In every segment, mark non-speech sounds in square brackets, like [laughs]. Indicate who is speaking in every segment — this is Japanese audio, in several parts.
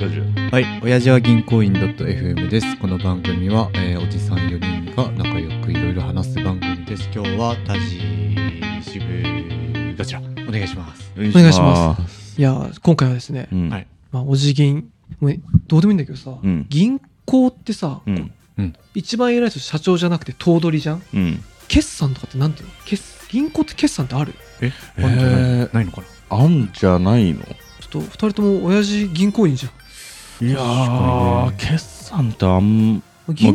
Speaker 1: ラジオ
Speaker 2: はい、親父は銀行員 .fm です。この番組は、えーおじさん4人が仲良くいろいろ話す番組です。今日はタジシブガチャお願いします。
Speaker 1: お願
Speaker 3: いしますいやー今回はですね、
Speaker 1: うん
Speaker 2: はい
Speaker 3: まあ、お辞銀もうどうでもいいんだけどさ、
Speaker 1: うん
Speaker 3: 銀行ってさ、
Speaker 1: うん
Speaker 3: 一番偉い人社長じゃなくて頭取じゃん
Speaker 1: うん
Speaker 3: 決算とかってなんていうの決銀行って決算ってある
Speaker 2: えー、ないのかな
Speaker 1: あんじゃないの
Speaker 3: ちょっと二人とも親父銀行員じゃん
Speaker 1: いやー、決算ってあんま
Speaker 3: 銀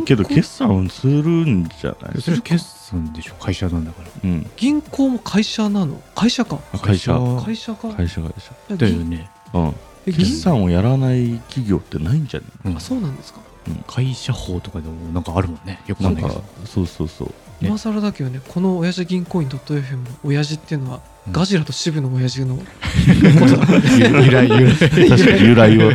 Speaker 1: あけど
Speaker 3: 行
Speaker 1: 決算するんじゃない
Speaker 2: それ決算でしょ会社なんだから。
Speaker 1: うん
Speaker 3: 銀行も会社なの会社か
Speaker 1: あ会社
Speaker 2: 会
Speaker 3: 会社か
Speaker 1: 会社会社
Speaker 3: 社
Speaker 2: だよね。
Speaker 1: うん
Speaker 3: 銀
Speaker 1: 決算をやらない企業ってないんじゃね
Speaker 2: うん
Speaker 3: あそうなんですか、
Speaker 2: 会社法とかでもなんかあるもんね。よく
Speaker 1: な
Speaker 2: わか
Speaker 1: ん
Speaker 2: んない
Speaker 1: か
Speaker 2: けど。
Speaker 1: そうそう [laughs] そう
Speaker 2: ね
Speaker 3: 今更だけどねこの親父銀行員 .fm の親父っていうのは、
Speaker 2: うん
Speaker 3: ガジラと渋の
Speaker 1: [laughs]
Speaker 3: 親父の
Speaker 2: 由来由来。
Speaker 1: 確かに由来は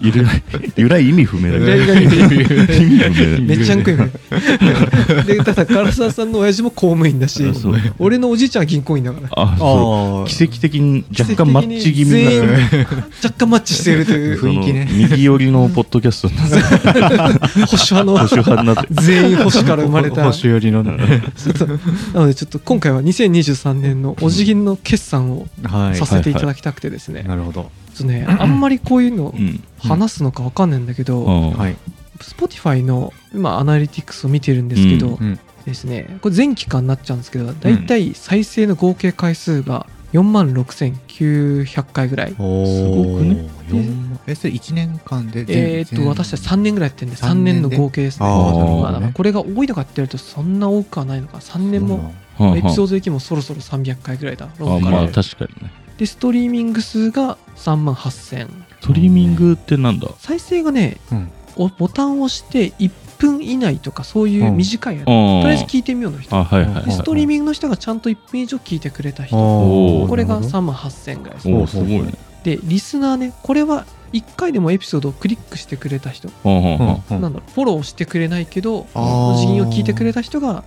Speaker 1: 由来由来意味不明だけど [laughs]
Speaker 3: 意味
Speaker 1: 意味不明だね
Speaker 3: めっちゃんこいね
Speaker 1: [laughs]
Speaker 3: でただ唐沢さんの親父も公務員だし
Speaker 1: あそう
Speaker 3: 俺のおじいちゃんは銀行員だから
Speaker 1: あそう
Speaker 2: あ
Speaker 1: 奇跡的に若干マッチ気味になってる
Speaker 3: 全員若干マッチしているという
Speaker 2: 雰囲気ね
Speaker 1: その右寄りのポ [laughs] ッドキャストになってる
Speaker 3: 保守
Speaker 1: 保
Speaker 3: 派
Speaker 1: 守派になってる
Speaker 3: の全員保守から生まれた
Speaker 2: 星寄りのね。
Speaker 3: そうなのでちょっと今回は2023年のお辞儀の決算を
Speaker 2: は
Speaker 3: させていただきたくてですね,、
Speaker 2: なるほど。
Speaker 3: ちょっとねあんまりこういうの
Speaker 1: うん
Speaker 3: 話すのかわかんないんだけど、
Speaker 1: うん
Speaker 2: はい。
Speaker 3: Spotify の今アナリティクスを見てるんですけ
Speaker 1: う
Speaker 3: ど、
Speaker 2: うん。
Speaker 3: ですねこれ全期間になっちゃうんですけどだいたい再生の合計回数が4万6900回ぐらい、
Speaker 1: すごくね
Speaker 2: 4万えそれ1年間で
Speaker 3: えーっと私たち3年ぐらいやってるんで3
Speaker 2: 三年
Speaker 3: 年
Speaker 2: で
Speaker 3: の合計ですね
Speaker 2: あ
Speaker 1: ーなるほどね
Speaker 3: まあだからこれが多いのかって言るとそんな多くはないのか3年も
Speaker 1: はあはあ
Speaker 3: エピソード的にもそろそろ300回ぐらいだろ
Speaker 1: あ
Speaker 3: うか
Speaker 1: まあ
Speaker 3: ら
Speaker 1: 確かにね
Speaker 3: でストリーミング数が3万8000
Speaker 1: トリミングってなんだ
Speaker 3: 再生がね
Speaker 2: うん
Speaker 3: おボタンを押して1分以内とかそういう短いやつ、
Speaker 1: と
Speaker 3: とりあえず聞いてみようの人
Speaker 1: あはいはい
Speaker 3: でス
Speaker 1: は
Speaker 3: トリーミングの人がちゃんと1分以上聞いてくれた人
Speaker 1: おー
Speaker 3: これが
Speaker 2: 3
Speaker 3: 3万8000ぐらいです
Speaker 1: いおおすごいね
Speaker 3: でリスナーねこれは1回でもエピソードをクリックしてくれた人、
Speaker 1: はあはあはあ
Speaker 3: なんだろうフォローしてくれないけど
Speaker 2: あー
Speaker 3: お辞儀を聞いてくれた人が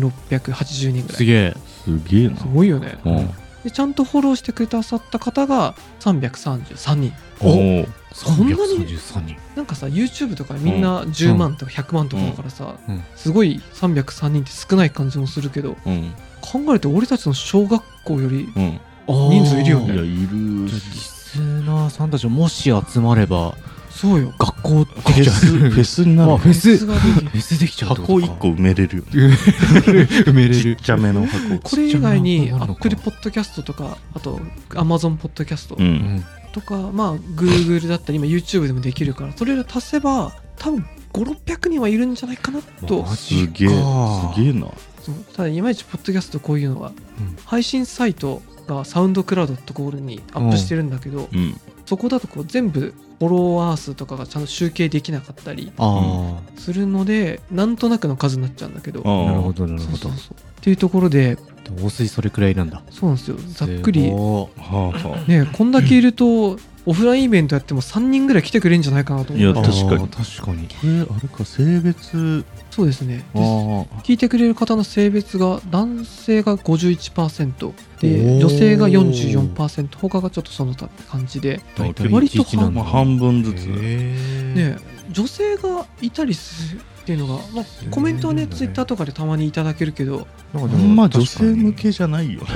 Speaker 3: 2680人ぐらい
Speaker 2: げえ
Speaker 1: すげえな
Speaker 3: すごいよね
Speaker 1: うん
Speaker 3: でちゃんとフォローしてくれたさった方が333人
Speaker 1: おお
Speaker 3: そんなに
Speaker 2: 333人
Speaker 3: なんかさ YouTube とかみんな10万とか100万とかだからさ、
Speaker 2: うん
Speaker 3: すごい303人って少ない感じもするけど
Speaker 1: うん
Speaker 3: 考えると俺たちの小学校より
Speaker 1: うん
Speaker 3: 人数いるよ
Speaker 1: いや
Speaker 3: ね
Speaker 1: いる
Speaker 2: リスナーさんたちももし集まれば
Speaker 3: そうよ
Speaker 2: 学校フ
Speaker 1: フェスフェスになる
Speaker 2: あフェス
Speaker 3: ができる
Speaker 2: フェスできちゃうって
Speaker 1: 箱一個埋めれるよね
Speaker 2: 埋めれ
Speaker 1: ちっ
Speaker 2: る
Speaker 1: ちゃめの箱
Speaker 3: これ以外に
Speaker 2: ちっちゃなのがあるのか
Speaker 3: Apple Podcast とかあと Amazon Podcast
Speaker 1: うん
Speaker 3: とか、まあ Google だったり今 YouTube でもできるからそれら足せば多分5600人はいるんじゃないかなと
Speaker 2: マジ
Speaker 1: すげえ
Speaker 2: か
Speaker 1: すげえな
Speaker 3: そうただいまいちポッドキャストこういうのは、
Speaker 2: うん
Speaker 3: 配信サイトがサウンドクラウドところにアップしてるんだけど、
Speaker 1: うん
Speaker 3: そこだとこう全部フォロワー数とかがちゃんと集計できなかったり
Speaker 2: あ
Speaker 3: するのでなんとなくの数になっちゃうんだけど
Speaker 2: あ
Speaker 1: あー
Speaker 2: なるほどなる
Speaker 3: そう
Speaker 2: ほど
Speaker 3: そうそうっていうところで
Speaker 2: お水それくらいなんだ
Speaker 3: そうなんですよざっくり
Speaker 2: すごい
Speaker 1: はあは
Speaker 3: ねこんだけいるとオフラインイベントやっても3人ぐらい来てくれるんじゃないかなと思
Speaker 1: いや
Speaker 3: った
Speaker 1: 確かに
Speaker 2: あー確かに
Speaker 1: あこれあれか性別
Speaker 3: そうですねで
Speaker 1: ああ
Speaker 3: 聞いてくれる方の性別が男性が51%で
Speaker 2: おー
Speaker 3: 女性が44%他がちょっとその他って感じで
Speaker 2: 大体
Speaker 3: 割と
Speaker 2: 11なん
Speaker 1: まあ
Speaker 2: だ
Speaker 1: 半分ずつ
Speaker 2: ね
Speaker 3: ね女性がいたりするっていうのが、まあ、コメントはね
Speaker 2: そうなんだね
Speaker 3: ツイッターとかでたまにいただけるけど
Speaker 2: あ
Speaker 1: あんま女性向
Speaker 2: [laughs]
Speaker 1: けじゃないよね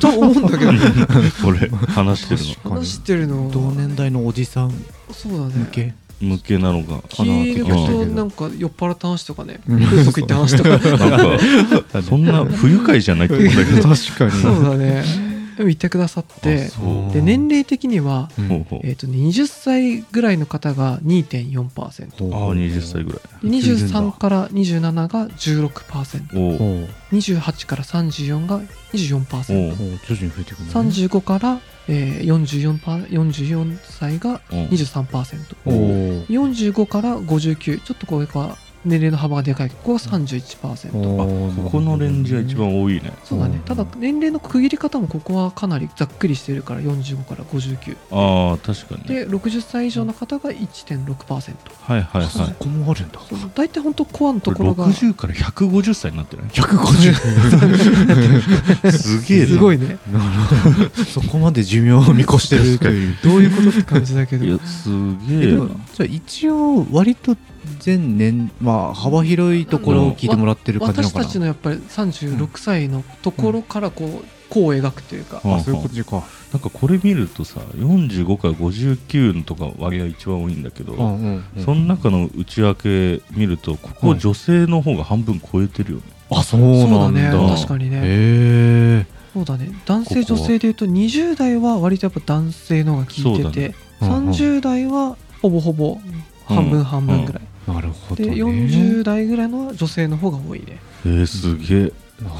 Speaker 3: と思うんだけど
Speaker 1: [laughs] これ話してる
Speaker 3: 話してるの
Speaker 2: 同年代のおじさん
Speaker 3: そうだ
Speaker 2: 向
Speaker 3: ね
Speaker 2: け
Speaker 1: の向けなのかかな
Speaker 3: 聞いてると
Speaker 1: っ
Speaker 3: なんか酔っ払った話とかね
Speaker 2: うん
Speaker 3: 風俗行った話とか
Speaker 1: てなんかそんな不愉快じゃないってことだけど
Speaker 2: 確かに
Speaker 3: そうだねでも言ってくださって
Speaker 1: あそう
Speaker 3: で年齢的には、
Speaker 2: う
Speaker 1: ほうんほう
Speaker 3: えー、とね20歳ぐらいの方が2.4%
Speaker 2: ほう
Speaker 1: [laughs] ああ20歳ぐらい
Speaker 3: で23から27が 16%28
Speaker 1: おう
Speaker 2: ほう
Speaker 3: から34が
Speaker 1: お
Speaker 3: 24%35
Speaker 1: う
Speaker 2: ほう徐々に増えてくるね。
Speaker 3: から、えー、44, パー44歳が
Speaker 1: おう
Speaker 3: 23%45
Speaker 2: おー
Speaker 3: から59ちょっとこれが年齢の幅がでかいここが31%
Speaker 1: あここのレンジが一番多いね
Speaker 3: そうだ
Speaker 2: う
Speaker 3: ね
Speaker 2: ん
Speaker 3: ただ年齢の区切り方もここはかなりざっくりしてるから45から59
Speaker 1: ああ確かにね
Speaker 3: で60歳以上の方が1.6%
Speaker 1: はいはい
Speaker 2: そ
Speaker 1: はい
Speaker 2: こもあるんだ
Speaker 3: その大体本当コアのところが
Speaker 1: 60から150歳になってない [laughs] すげえな
Speaker 3: すごいね
Speaker 2: なるほどそこまで寿命を見越してるという
Speaker 3: どういうことって感じだけど
Speaker 1: いやす
Speaker 2: え
Speaker 1: げえ
Speaker 2: で
Speaker 1: な
Speaker 2: もじゃあ一応割と全年まあ幅広いところを聞いてもらってる感じなの
Speaker 3: 私
Speaker 2: かな
Speaker 3: たちのやっぱり36歳のところからこう、こう描くというか、
Speaker 1: はあはあ
Speaker 2: じか
Speaker 1: なんかこれ見るとさ45から59のとか割合一番多いんだけど、
Speaker 2: うんうんうん
Speaker 1: その中の内訳見るとここ
Speaker 2: うん
Speaker 1: 女性の方が半分超えてるよね、
Speaker 2: あそうなんだ
Speaker 3: そうだね確かにね
Speaker 2: へえ
Speaker 3: そうだね男性
Speaker 1: ここは
Speaker 3: 女性でいうと20代は割とやっぱ男性の方が効いてて、
Speaker 2: そうだねうんうん
Speaker 3: 30代はほぼほぼ半分半分ぐらい、
Speaker 2: なるほど
Speaker 3: で
Speaker 2: ね
Speaker 3: 40代ぐらいの女性の方が多いね
Speaker 1: えー、すげえ、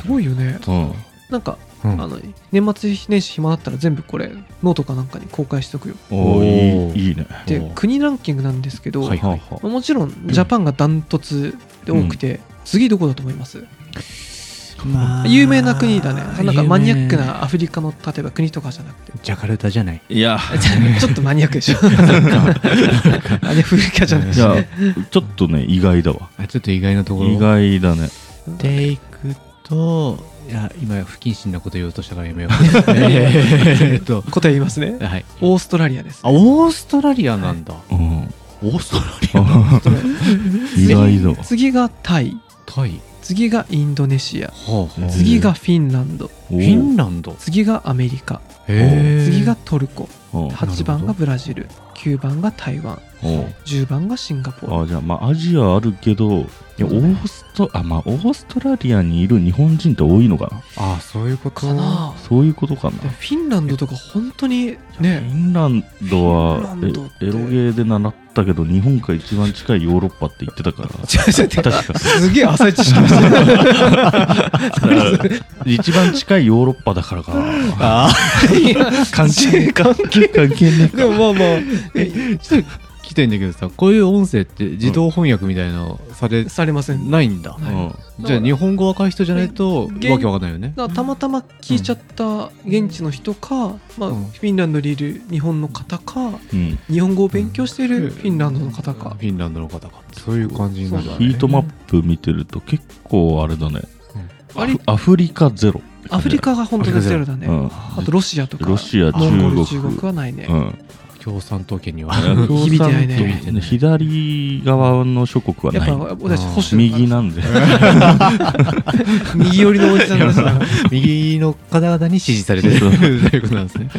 Speaker 3: すごいよね
Speaker 1: うん、
Speaker 3: なんか、
Speaker 2: うん
Speaker 3: あの年末年始暇だったら全部これノートかなんかに公開しとくよ
Speaker 1: おー
Speaker 2: おー
Speaker 1: いいいいね
Speaker 3: で
Speaker 2: お
Speaker 3: 国ランキングなんですけど、
Speaker 2: はい
Speaker 1: はあは
Speaker 3: もちろんジャパンがダントツで多くて、次どこだと思います
Speaker 2: まあ
Speaker 3: 有名な国だねなんかマニアック
Speaker 2: 有名
Speaker 3: なアフリカの例えば国とかじゃな [laughs] くて
Speaker 2: ジャカルタじゃない
Speaker 1: いや
Speaker 3: ちょっとマニアックで [laughs] しょあれアフリカじゃない
Speaker 1: い
Speaker 3: し
Speaker 1: やちょっとね意外だわ
Speaker 2: あちょっと意外なところ
Speaker 1: 意外だね
Speaker 2: でいくといや今不謹慎なこと言おうとしたからやめ [laughs] ようえーっと
Speaker 3: 答え言いますね
Speaker 2: はい
Speaker 3: オーストラリアです
Speaker 2: あオーストラリアなんだ
Speaker 1: うん
Speaker 2: [laughs] オーストラリ
Speaker 1: 意外だわ
Speaker 3: 次がタイ
Speaker 2: タイ
Speaker 3: 次がインドネシア
Speaker 2: はあはあ
Speaker 1: 次
Speaker 3: 次がフィンランド
Speaker 2: フ
Speaker 1: フ
Speaker 2: ィンランド
Speaker 3: 次がアメリカ
Speaker 1: へ
Speaker 3: 次がトルコ
Speaker 1: おー
Speaker 3: 8番がブラジル9番が台湾
Speaker 1: おー
Speaker 3: 10番がシンガポール
Speaker 1: あじゃあまあアジアあるけどいや
Speaker 3: そう
Speaker 1: オ
Speaker 3: だね
Speaker 1: ーストあまあオーストラリアにいる日本人って多いのかな
Speaker 2: ああそういうこと
Speaker 3: かな
Speaker 1: そういうことかな
Speaker 3: でフィンランドとか本当に
Speaker 1: フ
Speaker 3: ね
Speaker 1: ィンランド
Speaker 3: フィ
Speaker 1: は
Speaker 3: ンランドって
Speaker 1: えエロゲーで習ったけど日本が一番近いヨーロッパって言ってた
Speaker 3: [laughs]
Speaker 1: から
Speaker 3: 違う違う違う
Speaker 1: 確か
Speaker 3: すげえ朝一式ましたね
Speaker 1: 一番近いヨーロッパだからかな
Speaker 2: あ
Speaker 3: いや
Speaker 1: 関係
Speaker 3: 関係
Speaker 1: 関係ねえ
Speaker 3: でもまあまあ
Speaker 2: あちょっと聞きたいんだけどさこういう音声って自動翻訳みたいなのされ
Speaker 3: されません
Speaker 2: ないんだ、
Speaker 3: は
Speaker 1: うん
Speaker 2: じゃあ日本語わかる人じゃないとわ
Speaker 3: 現
Speaker 2: けわかんないよね
Speaker 3: だからたまたま聞いちゃった現地の人か、まあ、
Speaker 2: う
Speaker 3: フ
Speaker 2: ん
Speaker 3: ィンランドにいる日本の方か
Speaker 1: うん
Speaker 3: 日本語を勉強しているフィンランドの方か
Speaker 2: フ、ィンランドの方かそういう感じになるわ
Speaker 1: ヒ
Speaker 2: ね [laughs]
Speaker 1: ートマップ見てると結構あれだね
Speaker 3: あれ
Speaker 1: アフリカゼロ
Speaker 3: アフリカが本当にゼロだね、
Speaker 1: うん
Speaker 3: あとロシアとか
Speaker 1: ロシア
Speaker 3: モンゴル
Speaker 1: 中
Speaker 3: 中
Speaker 1: 国
Speaker 3: 国はないね、
Speaker 1: うん
Speaker 2: 共産党圏には
Speaker 3: 響いてないね
Speaker 1: 共産党左側の諸国
Speaker 3: や
Speaker 1: は
Speaker 3: っ
Speaker 1: ない
Speaker 3: ぱ私保守
Speaker 1: 右な
Speaker 3: の
Speaker 1: んで
Speaker 3: 右寄りのおじさん
Speaker 1: [laughs]
Speaker 3: だし [laughs]
Speaker 2: 右の方々に支持されてるということなんですね、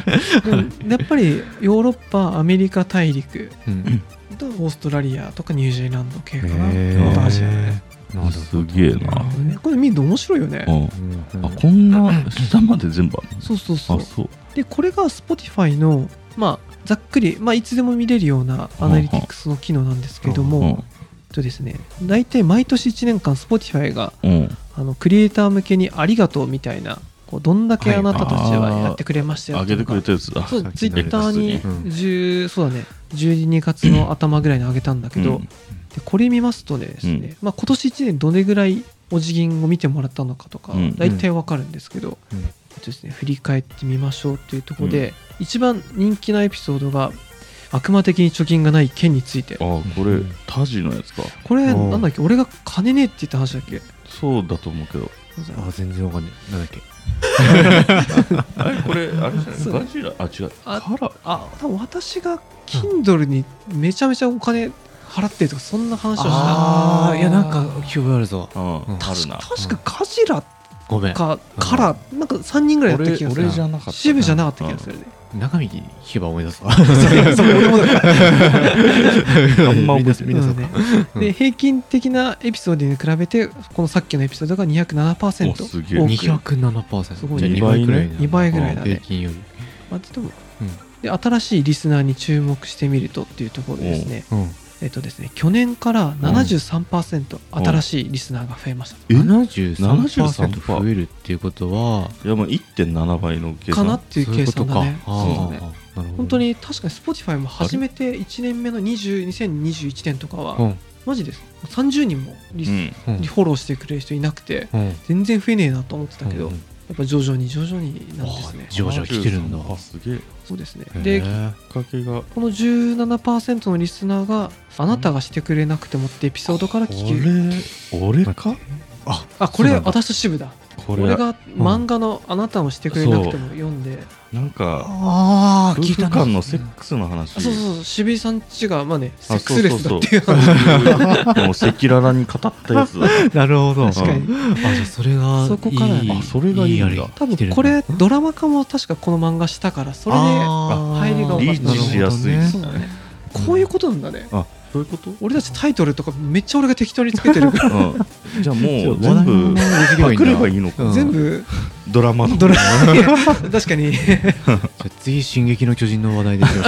Speaker 3: やっぱりヨーロッパアメリカ大陸
Speaker 2: うん、
Speaker 3: とオーストラリアとかニュージーランド系かな、
Speaker 1: ー
Speaker 3: あとアジアだね
Speaker 2: なるほ
Speaker 1: す
Speaker 2: ど
Speaker 1: げえな
Speaker 3: ねこれ見ると面白いよね、
Speaker 1: うん
Speaker 2: うん
Speaker 1: あこんな下まで全部あるの
Speaker 3: そうそうそう
Speaker 1: あそう
Speaker 3: でこれが Spotify のまあざっくり、まあ、いつでも見れるようなアナリティクスの機能なんですけども、
Speaker 1: う
Speaker 3: えっ
Speaker 1: ん
Speaker 3: とですね、大体毎年1年間 Spotify が
Speaker 1: うん
Speaker 3: あのクリエイター向けに「ありがとう」みたいなこうどんだけあなたたち
Speaker 1: はいあ
Speaker 3: は
Speaker 1: ー
Speaker 3: やってくれましたよ
Speaker 1: 上
Speaker 3: と
Speaker 1: げて
Speaker 3: か
Speaker 1: くれたやつだ
Speaker 3: そう
Speaker 2: さっ
Speaker 3: ツイ
Speaker 2: きの
Speaker 3: ッターに
Speaker 1: やつ
Speaker 2: ねうん
Speaker 3: 10そうだね12月の頭ぐらいに上げたんだけど、
Speaker 1: うん
Speaker 3: でこれ見ますとねですね、
Speaker 1: うん
Speaker 3: まあ、今年1年どれぐらいお辞儀を見てもらったのかとか、
Speaker 1: うん
Speaker 3: 大体わかるんですけど、
Speaker 2: うん
Speaker 3: えっとですね、振り返ってみましょうというところで、一番人気なエピソードが悪魔的に貯金がない件について
Speaker 1: あーこれタジのやつか
Speaker 3: これ
Speaker 2: あー
Speaker 3: なんだっけ俺が金ねえって言った話だっけ
Speaker 1: そうだと思うけど
Speaker 2: あ全然わかんないなんだっけ
Speaker 1: あれこれあれじゃ
Speaker 3: そう
Speaker 1: ないガジラあ違う
Speaker 3: あ
Speaker 1: カラ
Speaker 3: あ多分私が Kindle にめちゃめちゃお金払ってるとかそんな話をした
Speaker 2: ああいやなんか記憶あるぞ
Speaker 1: うんある
Speaker 3: 確
Speaker 1: な
Speaker 3: か確かカジラ
Speaker 2: ごめん
Speaker 3: かからなんか3人ぐらいやった気がす
Speaker 1: 俺
Speaker 3: る
Speaker 1: 俺じゃなかったな
Speaker 3: 支部じゃなかった気がするね
Speaker 2: 中身に聞けば思い出すわ
Speaker 3: そう俺も
Speaker 2: [laughs]
Speaker 3: だから
Speaker 1: あんま
Speaker 2: みん
Speaker 1: 覚え
Speaker 2: な
Speaker 1: て
Speaker 2: みんなそうか
Speaker 3: ねで平均的なエピソードに比べてこのさっきのエピソードが207%
Speaker 1: おすげえ
Speaker 3: 多くす
Speaker 2: 207%
Speaker 3: ごい
Speaker 2: じゃあ
Speaker 1: ね
Speaker 2: 2倍ぐらい
Speaker 1: 二
Speaker 2: だ
Speaker 3: 2倍ぐらいだ
Speaker 2: 平
Speaker 3: ね
Speaker 2: 均より
Speaker 3: まあでも
Speaker 2: うん
Speaker 3: で新しいリスナーに注目してみるとっていうところでですね
Speaker 2: うん
Speaker 3: えっとですね去年から73%新しいリスナーが増えました
Speaker 1: え
Speaker 2: 73%増えるっていうことはい
Speaker 1: やまあ1.7倍の計
Speaker 3: かなっ
Speaker 1: 算
Speaker 3: ていう計算だね
Speaker 2: そういう
Speaker 3: そ
Speaker 2: こ
Speaker 3: う
Speaker 2: とか
Speaker 3: だね
Speaker 2: あーなるほど
Speaker 3: 本当に確かに Spotify も初めて1年目の20 2021年とかは
Speaker 2: うん
Speaker 3: マジです30人もリス、
Speaker 1: うん
Speaker 2: うん
Speaker 3: フォローしてくれる人いなくて
Speaker 2: うん
Speaker 3: 全然増えねえなと思ってたけど、
Speaker 2: うん
Speaker 3: やっぱ徐々に徐々になんですね
Speaker 2: あ徐々に来てるんだ
Speaker 1: あすげえき
Speaker 3: そうですね
Speaker 2: へ
Speaker 3: で
Speaker 2: ー
Speaker 1: っかけが
Speaker 3: この17%のリスナーがあなたがしてくれなくてもってエピソードから聞き
Speaker 1: 俺俺か
Speaker 2: あ
Speaker 3: あこれ
Speaker 2: そうなんだ
Speaker 3: 私と支部だ
Speaker 1: これ
Speaker 3: 俺が漫画の「あなたをしてくれなくても」読んで、
Speaker 1: なんか
Speaker 2: あ
Speaker 1: 夫婦
Speaker 2: な
Speaker 1: 間のセックスの話
Speaker 3: あそうそうそう渋井さんちがまあねセックス
Speaker 1: あ
Speaker 3: レ
Speaker 1: そう
Speaker 3: スだ
Speaker 1: そ
Speaker 3: っ
Speaker 1: う
Speaker 3: てい
Speaker 1: そう
Speaker 3: 話
Speaker 1: でも赤裸々に語った
Speaker 3: [laughs]
Speaker 1: やつだ
Speaker 2: なるほど
Speaker 3: 確かに
Speaker 2: あじゃあそれが
Speaker 3: そこから
Speaker 2: いい
Speaker 1: あそれがいいんだ
Speaker 2: あれ
Speaker 3: 多
Speaker 2: 来てる
Speaker 3: 分
Speaker 2: んだ
Speaker 3: これドラマ化も確かこの漫画したからそれで
Speaker 2: あー
Speaker 3: 入りが
Speaker 1: リーチしやすい
Speaker 2: なるほ
Speaker 3: そ
Speaker 2: どね
Speaker 3: うだねこういうことなんだね
Speaker 1: あそういうこと
Speaker 3: 俺たちタイトルとかめっちゃ俺が適当につけてるから
Speaker 1: うんじゃあもう
Speaker 2: じゃあ話題
Speaker 1: 全
Speaker 2: の
Speaker 1: 部
Speaker 2: 名前で
Speaker 1: パクればいい
Speaker 2: んだ
Speaker 1: の
Speaker 2: う
Speaker 1: か
Speaker 2: ん
Speaker 3: [laughs] 全部
Speaker 1: ドラマの
Speaker 3: ドラ確かに
Speaker 2: じゃあ次「進撃の巨人」の話題ですよ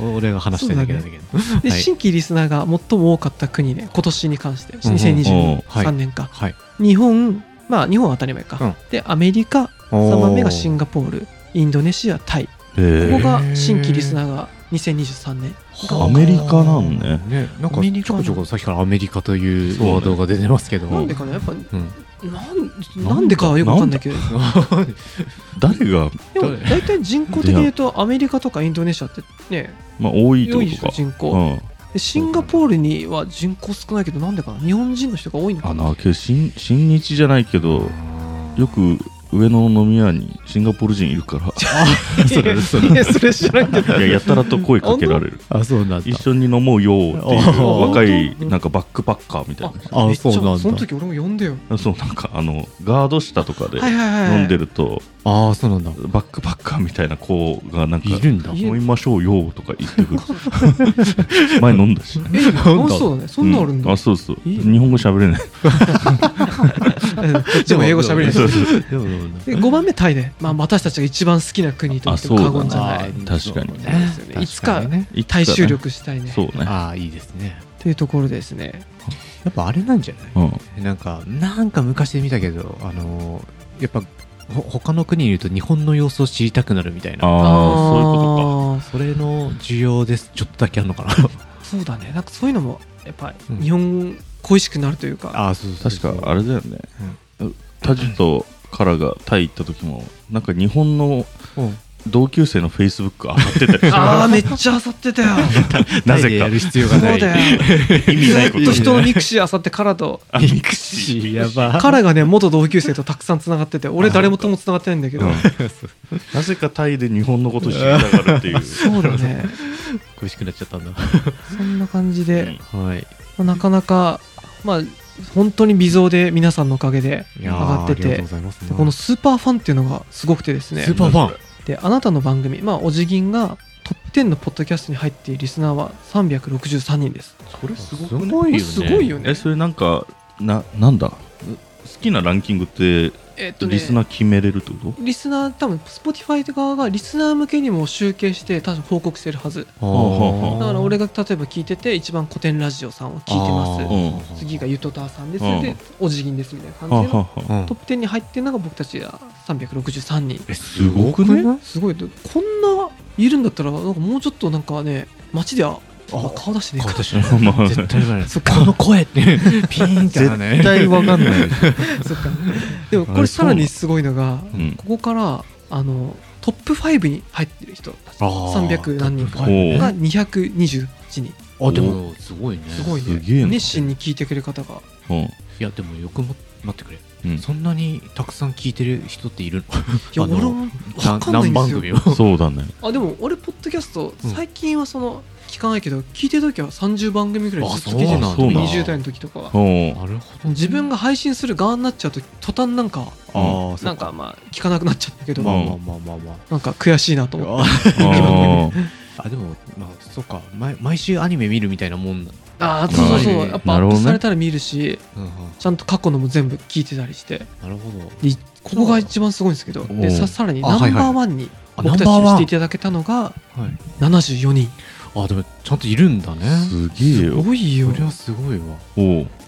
Speaker 2: 俺が話したいだけなんだけど
Speaker 3: で
Speaker 2: はい
Speaker 3: 新規リスナーが最も多かった国ね今年に関して
Speaker 2: うん
Speaker 3: 2023
Speaker 2: はい
Speaker 3: 年か
Speaker 2: はい
Speaker 3: 日本まあ日本は当たり前か、
Speaker 2: うん
Speaker 3: でアメリカ3番目がシンガポールインドネシアタイこ
Speaker 1: へー
Speaker 3: [laughs] こが新規リスナーが2023年
Speaker 1: アメリカなんね
Speaker 2: ねなんか
Speaker 3: アメリカ
Speaker 2: ちょこちょこさっきからアメリカという
Speaker 1: そうね
Speaker 2: ワードが出てますけど
Speaker 3: なんでかねやっぱ
Speaker 2: うん
Speaker 3: なんなんでかはよくわかんないけど
Speaker 1: 誰が
Speaker 3: でも大体人口的に言うとアメリカとかインドネシアってね
Speaker 1: まあ多いって
Speaker 3: 良い
Speaker 1: こ
Speaker 3: 人
Speaker 1: とか
Speaker 3: 人口、
Speaker 1: うん
Speaker 3: でシンガポールには人口少ないけどなんでかな日本人の人が多いのか
Speaker 1: あ
Speaker 3: な
Speaker 1: なけど新新日じゃないけどよく上野の飲み屋にシンガポール人いるから
Speaker 3: それそれそれ知らんけど
Speaker 1: いややたらと声かけられる
Speaker 2: [laughs] あそうなんだ
Speaker 1: 一緒に飲もうよっていう
Speaker 2: あ
Speaker 1: 若いなんかバックパッカーみたいな人
Speaker 2: あ
Speaker 3: めっちゃ
Speaker 2: そうなんだ
Speaker 3: その時俺も呼んでよ
Speaker 1: そうなんかあのガード下とかで
Speaker 3: はいはいはいはい
Speaker 1: 飲んでると
Speaker 2: ああそうなんだ
Speaker 1: バックパッカーみたいな子がなんか
Speaker 2: いるんだ
Speaker 1: 飲みましょうよとか言ってく
Speaker 3: [laughs]
Speaker 1: る前飲んだし
Speaker 3: え楽しそうだねそんなあるんだ、 [laughs]
Speaker 1: あそうそう
Speaker 3: いい
Speaker 1: 日本語喋れない
Speaker 3: うんどっちも英語喋れない
Speaker 2: そう
Speaker 3: で
Speaker 2: そうそうでもそうなんだ
Speaker 3: 5番目タイで、まあ、私たちが一番好きな国と言っても
Speaker 1: あそうだ
Speaker 3: 過言じゃない
Speaker 2: あー
Speaker 1: 確かに
Speaker 3: そうですよねいつか
Speaker 2: 確にね
Speaker 1: いつかね
Speaker 3: 大衆力したいね
Speaker 1: そうね
Speaker 2: ああいいですね
Speaker 3: というところですね
Speaker 2: やっぱあれなんじゃない
Speaker 1: うん
Speaker 2: なんか、なんか昔で見たけど、あのーやっぱ、ほ他の国にいると日本の様子を知りたくなるみたいな。
Speaker 1: ああそういうことか
Speaker 3: あー
Speaker 2: それの需要です。ちょっとだけあるのかな。
Speaker 3: そうだねなんかそういうのもやっぱ
Speaker 2: うん
Speaker 3: 日本恋しくなるというか、
Speaker 2: [laughs] あ、そう
Speaker 1: 確かあれだよね、タジとカラがタイ行った時もなんか日本の同級生のフェイスブック上がってたよ
Speaker 3: あーめっちゃあさっ
Speaker 2: [laughs]
Speaker 3: てたよ
Speaker 1: なぜ
Speaker 2: や
Speaker 1: か
Speaker 2: る必要
Speaker 3: そ
Speaker 2: が
Speaker 3: う
Speaker 2: ない。
Speaker 3: だよ
Speaker 1: 意味 [laughs] ないこ
Speaker 3: ずっ
Speaker 1: と
Speaker 3: と人の憎しあさってからと
Speaker 2: [laughs]
Speaker 1: あ
Speaker 2: ミクシー、やば。
Speaker 3: 彼がね元同級生とたくさんつながってて俺誰もともつながってないんだけど、
Speaker 1: なぜかタイで日本のこと知りたがるっていう [laughs]
Speaker 3: そうだ
Speaker 2: [laughs]
Speaker 3: ね
Speaker 2: 恋しくなっちゃったんだ。
Speaker 3: そんな感じで、
Speaker 2: はい。
Speaker 3: まあなかなかまあ本当に微増で皆さんのおかげで
Speaker 2: い
Speaker 3: 上
Speaker 2: やー
Speaker 3: がって
Speaker 2: ありがと
Speaker 3: て
Speaker 2: うございます
Speaker 3: でこのスーパーファンっていうのがすごくてですね
Speaker 2: スーパーファン。
Speaker 3: であなたの番組、まあ、おじぎんがトップ10のポッドキャストに入っているリスナーは363人です
Speaker 1: それ
Speaker 2: す
Speaker 1: すごくね
Speaker 2: ごいよね。
Speaker 3: すごいよね
Speaker 1: えそれなんかななんだ好きなランキングって
Speaker 3: えっとね
Speaker 1: リスナー決めれるってこと、
Speaker 3: リスナー多分 Spotify 側がリスナー向けにも集計して多分報告してるはず
Speaker 2: あー
Speaker 3: だから俺が例えば聞いてて一番古典ラジオさんを聞いて
Speaker 1: あ
Speaker 3: ま
Speaker 1: ー
Speaker 3: す次がゆとたわさんです
Speaker 1: うん
Speaker 3: でおじぎんですみたいな感
Speaker 1: は
Speaker 3: じで
Speaker 1: はは
Speaker 2: うん
Speaker 3: トップ10に入ってるのが僕たちは363人
Speaker 2: え
Speaker 1: すごくね
Speaker 3: すごいでこんないるんだったらなんかもうちょっとなんかね街でああ顔出してねえ
Speaker 2: 今
Speaker 3: か
Speaker 2: 年の
Speaker 1: まあ
Speaker 2: 絶対言わない
Speaker 3: そっ
Speaker 2: こ
Speaker 3: か
Speaker 2: の声ってピーンってなるね
Speaker 1: 絶対わかんないで [laughs] しょ
Speaker 3: [laughs] そっかでもこ
Speaker 1: あ
Speaker 3: れ
Speaker 1: れ
Speaker 3: さらにすごいのが
Speaker 1: うん
Speaker 3: ここからあのトップ5に入ってる人たち
Speaker 2: [laughs] あー
Speaker 3: 300何人か
Speaker 1: トップファイブ
Speaker 3: が221人
Speaker 2: あでもすごいね
Speaker 3: すごい
Speaker 1: すげえ
Speaker 3: ね
Speaker 1: な
Speaker 3: 熱心に聞いてくれる方が
Speaker 1: うん
Speaker 2: いやでもよくも待ってくれ、
Speaker 1: うん
Speaker 2: そんなにたくさん聞いてる人っている
Speaker 3: いや
Speaker 2: あの
Speaker 3: 俺も
Speaker 2: の
Speaker 3: 分かんない
Speaker 2: 何
Speaker 3: んですよ
Speaker 2: 番組を
Speaker 1: そうだね
Speaker 3: あでも俺ポッドキャスト
Speaker 2: うん
Speaker 3: 最近はその聞かないけど聞いてる時は30番組ぐらいずっと聞いて
Speaker 2: あ
Speaker 3: る
Speaker 2: そう
Speaker 1: なんだ
Speaker 3: 20代の時とかは
Speaker 1: うん [laughs]
Speaker 2: なるほど
Speaker 3: 自分が配信する側になっちゃうと途端なんか
Speaker 2: ああ
Speaker 3: なんかまあ聞かなくなっちゃったけど
Speaker 2: まあ
Speaker 1: う
Speaker 2: ま
Speaker 1: ん
Speaker 2: あまあまあま
Speaker 3: なんか悔しいなと思っ
Speaker 2: あ
Speaker 1: あー
Speaker 2: あでもまあそっか毎毎週アニメ見るみたいなもんだ、
Speaker 3: たああーそうそ
Speaker 2: ま
Speaker 3: うそ
Speaker 2: あ
Speaker 3: うやっぱ
Speaker 1: な
Speaker 3: ア
Speaker 1: る
Speaker 3: ッ
Speaker 1: ほどね
Speaker 3: プされたら見るし
Speaker 2: うんうん、
Speaker 3: ちゃんと過去のも全部聞いてたりして
Speaker 2: なるほど
Speaker 3: でここが一番すごいんですけどでささらに
Speaker 2: あは
Speaker 3: ナ
Speaker 2: いはい
Speaker 3: ンバーワンに
Speaker 2: あ
Speaker 3: 僕たち
Speaker 2: ナンバーワン
Speaker 3: していただけたのが
Speaker 2: はい
Speaker 3: 74人
Speaker 2: あでもちゃんといるんだね
Speaker 1: すげえ
Speaker 3: す
Speaker 1: よ
Speaker 3: ごいよ
Speaker 2: それはすごいわ
Speaker 1: おう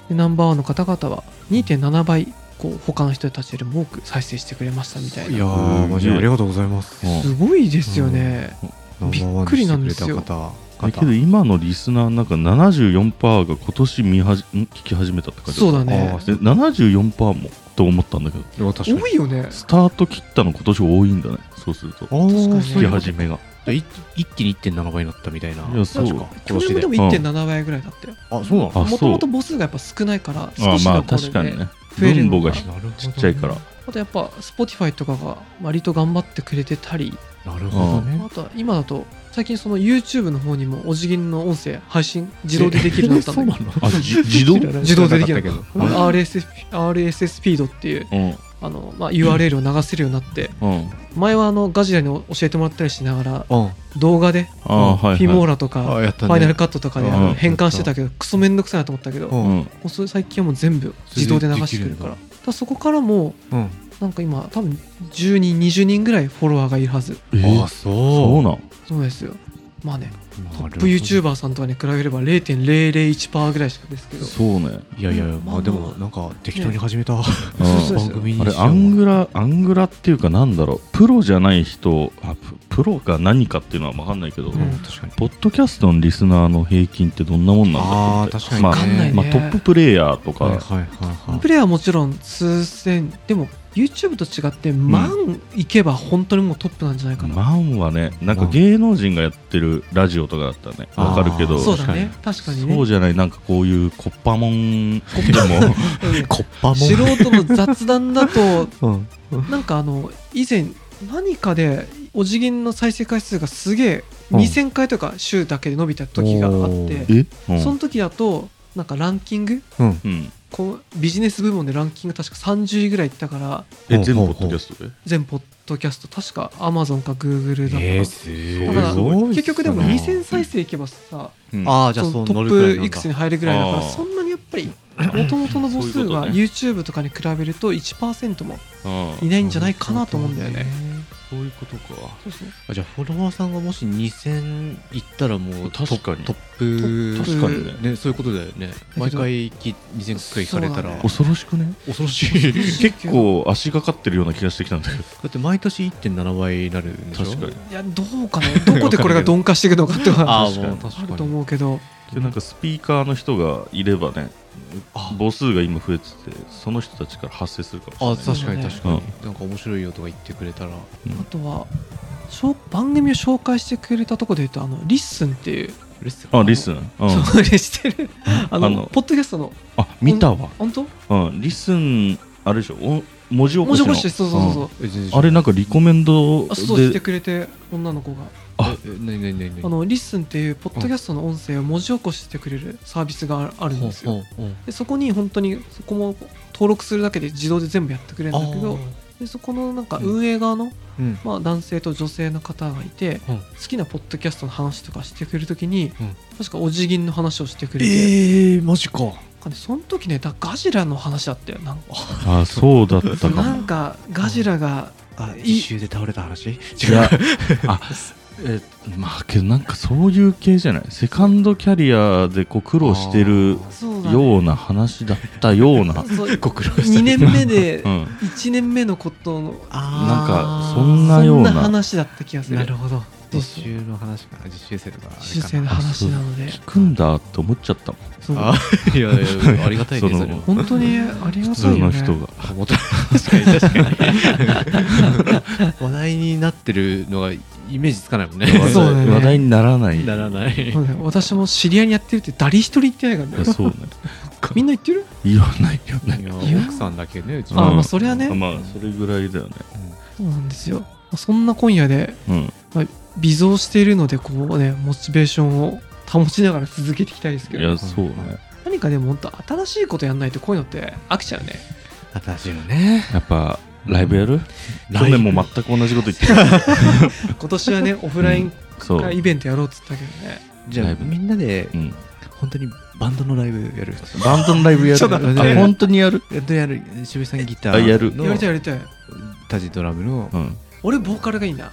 Speaker 3: でナンバーワンの方々は2.7倍こう他の人たちよりも多く再生してくれましたみたい
Speaker 2: い
Speaker 3: な
Speaker 2: やーマジでありがとうございます
Speaker 1: うん
Speaker 3: すごいですよね、
Speaker 2: ナンバーワンにしてくれた
Speaker 3: びっくりなんですよ
Speaker 2: 方
Speaker 1: だけど今のリスナーなんか74%が今年見はじん聞き始めたって感じ
Speaker 3: そうだ
Speaker 1: ね
Speaker 3: ね
Speaker 2: あー
Speaker 1: 74%もと思ったんだけど
Speaker 2: でも確かに
Speaker 3: 多いよね
Speaker 1: スタート切ったの今年多いんだねそうすると
Speaker 2: あー
Speaker 3: 確か
Speaker 1: 聞
Speaker 2: そう
Speaker 3: に
Speaker 1: き
Speaker 2: いうこと
Speaker 1: 始め
Speaker 2: じ
Speaker 1: が
Speaker 2: ゃあい一気に1.7倍になったみたいない
Speaker 1: やそう
Speaker 2: 確か
Speaker 3: 去年もでも
Speaker 1: 今年で
Speaker 3: 1.7倍ぐらいだったよ
Speaker 2: あそうなの
Speaker 1: あ
Speaker 3: もと
Speaker 1: そう
Speaker 3: もと母数がやっぱ少ないから
Speaker 1: あ
Speaker 3: 少
Speaker 1: ー
Speaker 3: し
Speaker 1: ま
Speaker 3: の
Speaker 1: あ
Speaker 3: 頃
Speaker 1: 確か
Speaker 3: で、
Speaker 1: にね
Speaker 3: 増える
Speaker 1: 分
Speaker 3: の
Speaker 1: 母
Speaker 3: が
Speaker 1: がひ
Speaker 2: なるほどね
Speaker 1: ちっちゃいから
Speaker 3: あとやっぱ Spotify とかが割と頑張ってくれてたり
Speaker 2: なるほどね
Speaker 3: あとは今だと最近その YouTube の方にもお辞儀の音声配信自動でできるようになったんだけど
Speaker 2: [laughs] の
Speaker 1: あじ自動
Speaker 3: 自動でできる
Speaker 2: けど
Speaker 1: なの
Speaker 3: RSS, RSS フィードっていう
Speaker 1: うん
Speaker 3: あの、まあ、URL を流せるようになって、
Speaker 1: うん
Speaker 3: 前はあのガジラに教えてもらったりしながら
Speaker 2: あ
Speaker 3: 動画で
Speaker 1: ああはいはい
Speaker 3: フィモーラとか、
Speaker 2: あやった
Speaker 3: フ
Speaker 2: ね
Speaker 3: ァイナルカットとかであ
Speaker 1: う
Speaker 3: の
Speaker 1: ん
Speaker 3: 変換してたけどクソめんどくさいなと思ったけど、
Speaker 2: う
Speaker 3: も
Speaker 2: ん
Speaker 1: うん
Speaker 3: うそれ最近はもう全部自動で流してくるから
Speaker 2: それでできるんだ
Speaker 3: だからそこからも
Speaker 2: うんあ
Speaker 3: うなんか今多分10人20人ぐらいフォロワーがいるはず
Speaker 1: えー
Speaker 2: ーそう
Speaker 1: そうなん
Speaker 3: そうですよまあねト
Speaker 2: な
Speaker 3: ッ
Speaker 2: るほ
Speaker 3: プ
Speaker 2: ど
Speaker 3: YouTuber さんとかに比べれば0.001%ぐらいしかですけど
Speaker 1: そうね
Speaker 2: いやいやまあで
Speaker 3: ま
Speaker 2: も
Speaker 3: あ
Speaker 2: なんか適当に始め [laughs] た
Speaker 1: うん
Speaker 3: そうです
Speaker 2: 番
Speaker 3: よ
Speaker 2: 組にし
Speaker 1: あれ
Speaker 2: よう
Speaker 1: アングラアングラっていうかなんだろうプロじゃない人あププロが何かっていうのは分かんないけど、
Speaker 3: う
Speaker 2: うんん確かに
Speaker 1: ポッドキャストのリスナーの平均ってどんなもんなんだろう
Speaker 2: あ
Speaker 1: っ
Speaker 2: ー
Speaker 1: て
Speaker 2: 確かに
Speaker 1: まあ
Speaker 3: わかんないね
Speaker 1: まあ、トッププレイヤーとか、
Speaker 2: はいはいはいはい
Speaker 3: プレイはもちろん数千でも YouTube と違って万いけば本当にもうトップなんじゃないかな、
Speaker 1: マンはねなん
Speaker 2: マ
Speaker 1: か
Speaker 2: ン
Speaker 1: 芸能人がやってるラジオとかだったらね
Speaker 2: あ
Speaker 1: わ
Speaker 2: ー
Speaker 1: かるけど
Speaker 3: そうだね確かにね
Speaker 1: そうじゃないなんかこういうコッパモンでも
Speaker 3: うん
Speaker 2: コッパ
Speaker 3: 素
Speaker 2: も
Speaker 3: 人の雑談だと
Speaker 2: うん
Speaker 3: なんかあの以前何かでお辞儀の再生回数がすげえ
Speaker 2: うん
Speaker 3: 2000回とか週だけで伸びた時があっ
Speaker 2: お
Speaker 3: て
Speaker 2: ー
Speaker 1: え、うん
Speaker 3: その時だとなんかランキング
Speaker 2: うん
Speaker 1: うん
Speaker 3: こうビジネス部門でランキング確か30位ぐらいいったから
Speaker 1: え
Speaker 2: ほう
Speaker 1: 全
Speaker 2: ほう
Speaker 1: 部
Speaker 2: ほ
Speaker 1: ポ
Speaker 2: う
Speaker 1: ッドキャストで
Speaker 3: 全ポッドキャスト確か Amazon か Google だったかな、
Speaker 2: えーす
Speaker 3: だから
Speaker 2: ごい
Speaker 3: 結局でも
Speaker 2: っすね
Speaker 3: 2000再生いけばさ
Speaker 1: うん
Speaker 2: ああじゃあ
Speaker 3: そ
Speaker 2: そ
Speaker 3: の
Speaker 2: う
Speaker 3: ト
Speaker 2: 乗るくらいな
Speaker 3: ップ
Speaker 2: ん
Speaker 3: い
Speaker 2: だ
Speaker 3: くつに入るぐらいだから
Speaker 1: あー
Speaker 3: そんなにやっぱり元々の母数
Speaker 1: そういうこと
Speaker 3: が
Speaker 1: ね
Speaker 3: YouTube とかに比べると1%も
Speaker 1: あ
Speaker 3: い
Speaker 1: ー
Speaker 3: ないんじゃないかなと思うんだよね。
Speaker 1: そういうことか
Speaker 3: そうですね
Speaker 2: あじゃあフォロワーさんがもし2000いったらもうト
Speaker 1: 確かに
Speaker 2: トップ
Speaker 1: 確かにね
Speaker 2: ねそういうことだよね
Speaker 3: ど
Speaker 2: 毎回き2000回いかれた
Speaker 3: そう
Speaker 2: ら
Speaker 3: だね
Speaker 1: 恐ろしくね
Speaker 2: 恐ろしい [laughs] だ
Speaker 1: 結構足がかってるような気がしてきたんだけど
Speaker 2: って毎年1.7倍になるんでしょ
Speaker 1: 確かに
Speaker 3: いやどうかねどこでこれが鈍化していくのかっては
Speaker 2: あ
Speaker 1: 確か
Speaker 2: ー
Speaker 1: に
Speaker 2: もう [laughs] 確
Speaker 3: ある
Speaker 2: か
Speaker 3: と
Speaker 2: に
Speaker 3: 思うけど
Speaker 1: でなんかスピーカーの人がいればね
Speaker 2: あ
Speaker 1: 母数が今増えててその人たちから発生するか
Speaker 2: あ
Speaker 1: もしれな
Speaker 2: 確
Speaker 1: い
Speaker 2: かに
Speaker 3: そうだね
Speaker 2: 確かになんか面白いよとか言ってくれたら
Speaker 3: あとはしょ番組を紹介してくれたとこで言うとあのリッスンっていう
Speaker 2: レッスン
Speaker 1: あリスン、うん、
Speaker 3: 紹介してるあの
Speaker 1: あの
Speaker 3: ポッドキャストの
Speaker 1: あ見たわ、
Speaker 3: 本当
Speaker 1: うん、リスンあれでしょお文字起こ
Speaker 3: 面
Speaker 1: しの
Speaker 3: 白いしそうそうそうそうう
Speaker 2: え
Speaker 3: ん
Speaker 2: 全然知
Speaker 1: んあ
Speaker 2: ら
Speaker 1: れなんかリコメンド
Speaker 3: あそうして
Speaker 1: で
Speaker 3: くれて女の子が
Speaker 1: あ
Speaker 2: ええなになになになに
Speaker 3: あのリッスンっていうポッドキャストの音声を文字起こししてくれるサービスがああるんですよ
Speaker 2: ほうほうほう
Speaker 3: でそこに本当にそこも登録するだけで自動で全部やってくれるんだけどでそこのなんか運営側の、
Speaker 2: あーうん
Speaker 3: まあ、男性と女性の方がいて、
Speaker 2: うん
Speaker 3: 好きなポッドキャストの話とかしてくれるときに、
Speaker 2: うん
Speaker 3: 確かお辞儀の話をしてくれて、
Speaker 2: ええマジか
Speaker 3: なんかねその時ねだガジラの話だったよなんか
Speaker 1: あそうだったかも
Speaker 3: なんかガジラが
Speaker 2: あ
Speaker 3: い
Speaker 2: 一周で倒れた話違
Speaker 1: いやあえまあけどなんかそういう系じゃないセカンドキャリアでこう苦労してる
Speaker 3: そうだ、ね、
Speaker 1: ような話だったような、
Speaker 3: そう
Speaker 2: ご苦労した
Speaker 3: 2年目で
Speaker 1: うん、
Speaker 3: 1年目のことの
Speaker 1: なん
Speaker 2: あー
Speaker 1: かそんなような
Speaker 3: そんな話だった気がする
Speaker 2: なるほど
Speaker 3: そう
Speaker 2: 実
Speaker 3: そう
Speaker 2: 習の話かな実習生とかあれかな
Speaker 3: 修正の話なので
Speaker 1: 聞くんだって思っちゃったもん
Speaker 3: そう
Speaker 2: あいやいやありがたいね
Speaker 1: その
Speaker 2: それは
Speaker 3: 本当にあり
Speaker 1: 普
Speaker 3: がた
Speaker 1: 通
Speaker 3: いよ
Speaker 1: の
Speaker 3: ね
Speaker 1: 人が
Speaker 2: あもた確かに確かに話題になってるのがイメージつかないもんね
Speaker 3: そうだね
Speaker 1: 話題にならない
Speaker 2: ならない
Speaker 3: そうだよ私も知り合いにやってるって誰一人言ってないか
Speaker 1: い
Speaker 3: ら
Speaker 1: や
Speaker 3: ね
Speaker 1: そうね
Speaker 3: みんな言ってる
Speaker 1: 言わないよ
Speaker 3: [laughs]
Speaker 1: ね
Speaker 2: いや
Speaker 3: いや
Speaker 2: 奥さんだけねうち
Speaker 3: あ
Speaker 1: うん
Speaker 3: まあそれはね
Speaker 1: まあそれぐらいだよね
Speaker 3: そうなんですよそんな今夜で
Speaker 1: うん
Speaker 3: 微増しているのでこうねモチベーションを保ちながら続けていきたいですけ
Speaker 1: い
Speaker 3: ど
Speaker 1: やそうね
Speaker 3: 何かでも本当新しいことやんないとこういうのって飽きちゃうね
Speaker 2: 私のね
Speaker 1: やっぱライブやる
Speaker 2: ラ
Speaker 1: 去
Speaker 2: イブ
Speaker 1: 年も全く同じこと言ってた
Speaker 3: 今年はねオフライン
Speaker 1: そ
Speaker 3: 化
Speaker 1: う
Speaker 3: イベントやろうっつったけどね
Speaker 2: じゃ
Speaker 1: ラ
Speaker 2: あ
Speaker 1: イブ
Speaker 2: みんなで
Speaker 1: うん
Speaker 2: 本当にバンドのライブやる
Speaker 1: バンドのライブや
Speaker 3: ちょ
Speaker 1: る
Speaker 3: っと
Speaker 1: あ
Speaker 2: 待って
Speaker 1: 本当にやる
Speaker 2: えっとやる渋井さんギタ
Speaker 1: あ
Speaker 2: ー
Speaker 1: やる
Speaker 2: の
Speaker 3: やりたいやりたい
Speaker 2: タジドラムの
Speaker 1: うん
Speaker 3: 俺ボーカルがいいなん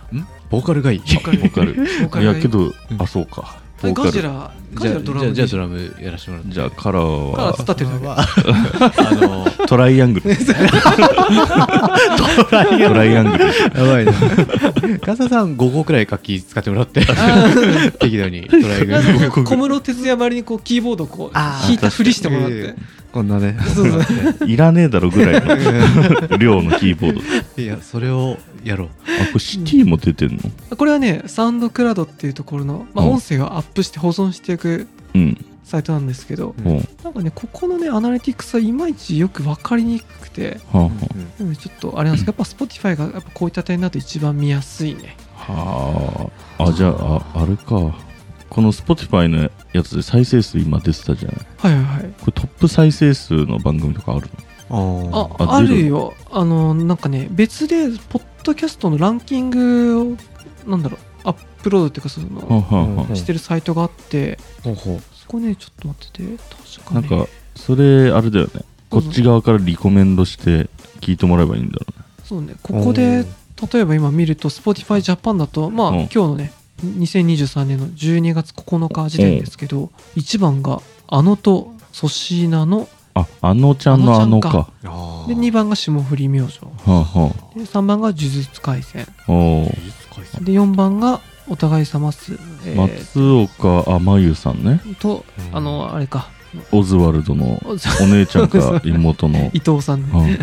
Speaker 2: ボーカルがいい
Speaker 3: ボーカルがいい
Speaker 1: わかる
Speaker 3: ボーカ
Speaker 1: い
Speaker 3: ルが
Speaker 1: や
Speaker 3: いい
Speaker 1: けど
Speaker 2: ん
Speaker 1: あそうかボーカ
Speaker 3: ガ
Speaker 1: ル
Speaker 3: ジラ
Speaker 2: じ
Speaker 3: ガジ
Speaker 2: ゃあ
Speaker 3: ラドラム
Speaker 2: じゃあじ
Speaker 3: ラ
Speaker 2: ゃあドラムやらせてもらって
Speaker 1: じゃあカラー
Speaker 3: カラ
Speaker 1: は
Speaker 3: ー立ってるだけ
Speaker 2: はあの
Speaker 1: トライアングルトライアングル
Speaker 2: やばいな。ガサさん5個くらい楽器使ってもらって、適度にトライぐらい。
Speaker 3: なんか小室哲哉ばりにこうキーボードをこう
Speaker 2: あー
Speaker 3: 弾いたふりしてもらっ
Speaker 2: いやい
Speaker 3: て
Speaker 2: やこんなね。
Speaker 3: そうそう
Speaker 1: いらねえだろぐらい
Speaker 2: [laughs]
Speaker 1: の量のキーボードあ
Speaker 2: いや、それをやろう。
Speaker 1: これシティも出てんの
Speaker 3: これはねサウンドクラウドっていうところの、まあ、
Speaker 1: うん
Speaker 3: 音声をアップして保存していく
Speaker 1: うん
Speaker 3: サイトなんですけど、
Speaker 1: ほうは
Speaker 3: なんかねここのねアナリティクスはいまいちよく分かりにくくて
Speaker 1: あは
Speaker 3: なのでちょっとあれなんですけどやっぱ Spotify がやっぱこういった点だと一番見やすいね
Speaker 1: あはああじゃあああれかこの Spotify のやつで再生数今出てたじゃない
Speaker 3: はいはいはい
Speaker 1: これトップ再生数の番組とかある
Speaker 2: あ
Speaker 3: あ
Speaker 1: あ
Speaker 3: あ
Speaker 1: 出る
Speaker 3: るよあのなんかね別でポッドキャストのランキングをなんだろうアップロードっていうかそ
Speaker 1: の
Speaker 3: の
Speaker 1: はあはあは
Speaker 3: してるサイトがあって
Speaker 2: ほうほう。
Speaker 3: そこねちょっと待ってて確
Speaker 1: あな
Speaker 3: かね
Speaker 1: んかそれあれだよねこっち側からリコメンドして聞いてもらえばいいんだろ
Speaker 3: そうねここで例えば今見ると Spotify Japan だとまあ
Speaker 1: うん
Speaker 3: 今日のね2023年の12月9日時点ですけど1番があのと粗品の
Speaker 1: うああのちゃんのあの
Speaker 3: あのちゃん
Speaker 1: か
Speaker 2: あ
Speaker 3: で2番が霜降り明星
Speaker 1: はあは
Speaker 3: で3番が呪術廻戦
Speaker 1: あおお
Speaker 3: で4番がお互い様っす、えー
Speaker 1: 松岡あまゆさんね
Speaker 3: と
Speaker 2: うん
Speaker 3: あのあれか [laughs]
Speaker 1: オズワルドの
Speaker 3: お
Speaker 1: お姉ちゃんか妹の
Speaker 3: 伊藤さんね、
Speaker 1: はい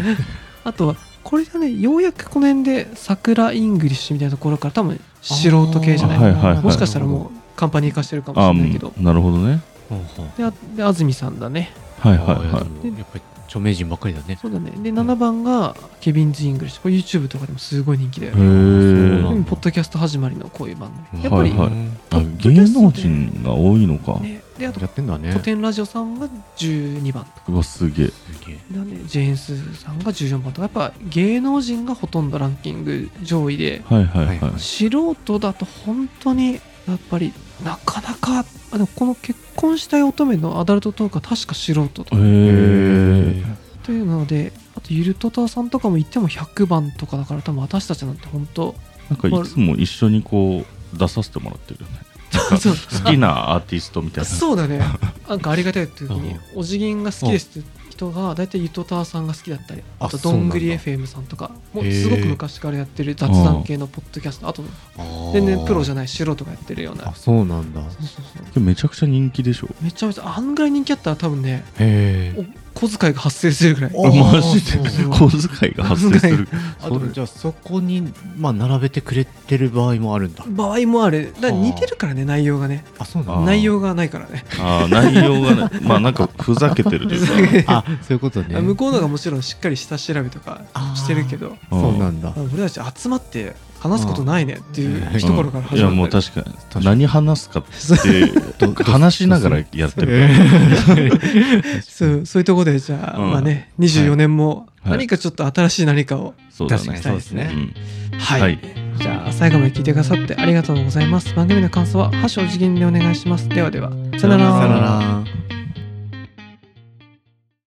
Speaker 3: あとはこれがねようやくこの辺で桜イングリッシュみたいなところから多分素人系じゃない、
Speaker 1: あーはいはいはい
Speaker 3: もしかしたらもうカンパニー化してるかも
Speaker 1: あ
Speaker 3: しれないけど
Speaker 1: うんなるほどね
Speaker 2: ほうほう。
Speaker 3: であで安住さんだね
Speaker 1: はいはい
Speaker 2: あ
Speaker 1: は
Speaker 2: ーいやでもやっぱり著名人ばっかりだね。
Speaker 3: そうだねで7番がケビンズ・イングリッシュこれ YouTube とかでもすごい人気だよ
Speaker 1: いへ
Speaker 3: ね
Speaker 2: そうな
Speaker 1: え
Speaker 2: んだ
Speaker 3: ポッドキャスト始まりのこういう番組やっぱり、
Speaker 1: はいはい
Speaker 3: ポッドキャ
Speaker 1: 芸
Speaker 3: ストで
Speaker 1: 能人が多いのか
Speaker 3: ねであと
Speaker 2: やってんだね
Speaker 3: 古。典ラジオさんが12番とか
Speaker 1: うわすげえ
Speaker 2: すげえ
Speaker 3: だねジェーンスさんが14番とかやっぱ芸能人がほとんどランキング上位で
Speaker 1: はいはいはい
Speaker 2: はい
Speaker 3: 素人だと本当にやっぱりなかなかあのこの結婚したい乙女のアダルトトークは確か素
Speaker 1: へ
Speaker 3: 人だ
Speaker 1: え
Speaker 3: というのであとゆるとたさんとかも行っても100番とかだから多分私たちなんて本当
Speaker 1: なんかいつも一緒にこう出させてもらってるよね
Speaker 3: [laughs] そう
Speaker 1: 好きなアーティストみたい
Speaker 3: あ
Speaker 1: な
Speaker 3: そうだねなんかありがたいというふうに
Speaker 2: うん
Speaker 3: お辞儀が好きですって人が大体ゆとたわさんが好きだったり
Speaker 2: あ
Speaker 3: あとどんぐり
Speaker 2: そ
Speaker 3: FM さんとか
Speaker 2: な
Speaker 3: も
Speaker 2: ん
Speaker 3: う
Speaker 2: だ
Speaker 3: すご
Speaker 2: へ
Speaker 3: く
Speaker 2: ー
Speaker 3: 昔からやってる雑談系のポッドキャストあと全然プロじゃ
Speaker 2: ゃ
Speaker 3: ない素人がやってるような
Speaker 2: あ、そうなんだ。へ
Speaker 3: そうそうそう
Speaker 1: めちゃくちゃ人気でしょ
Speaker 3: めちゃめちゃあんぐらい人気あったら多分ね
Speaker 2: え。
Speaker 3: お小遣いが発生するぐらい
Speaker 2: あー
Speaker 1: [laughs] マジで
Speaker 3: そう
Speaker 1: 小遣いが発生する
Speaker 2: あ
Speaker 1: そ
Speaker 2: と
Speaker 1: れ
Speaker 2: じゃあそこにまあ並べてくれてる場合もあるんだ。
Speaker 3: 場合もあるだから似てるからね内容がね
Speaker 2: あ、そう
Speaker 1: あー
Speaker 2: なんだ。
Speaker 3: 内容がないからね
Speaker 1: あー内容がね [laughs] まあなんかふざけてるという
Speaker 2: あ、
Speaker 1: か
Speaker 2: そういうことね。
Speaker 3: 向こうのがもちろんしっかり下調べとかしてるけど
Speaker 1: うん
Speaker 2: そうなんだ
Speaker 3: あ。俺たち集まって話すことないねっていう一頃から
Speaker 1: い
Speaker 3: 始
Speaker 1: や
Speaker 3: ま
Speaker 1: も
Speaker 3: っ
Speaker 1: う
Speaker 3: て
Speaker 1: 確かに何話すかって話しながらやってるから
Speaker 3: そうそういうとこでじゃあ
Speaker 1: うん
Speaker 3: まあね24年も
Speaker 1: はい
Speaker 3: 何かちょっと新しい何かを
Speaker 1: そうだね
Speaker 2: 確かにそうですね
Speaker 1: うん
Speaker 3: はい、
Speaker 1: はい
Speaker 3: じゃあ最後まで聞いてくださってありがとうございます番組の感想は「ハッシュお辞儀」でお願いしますではではさよなら
Speaker 2: さよなら。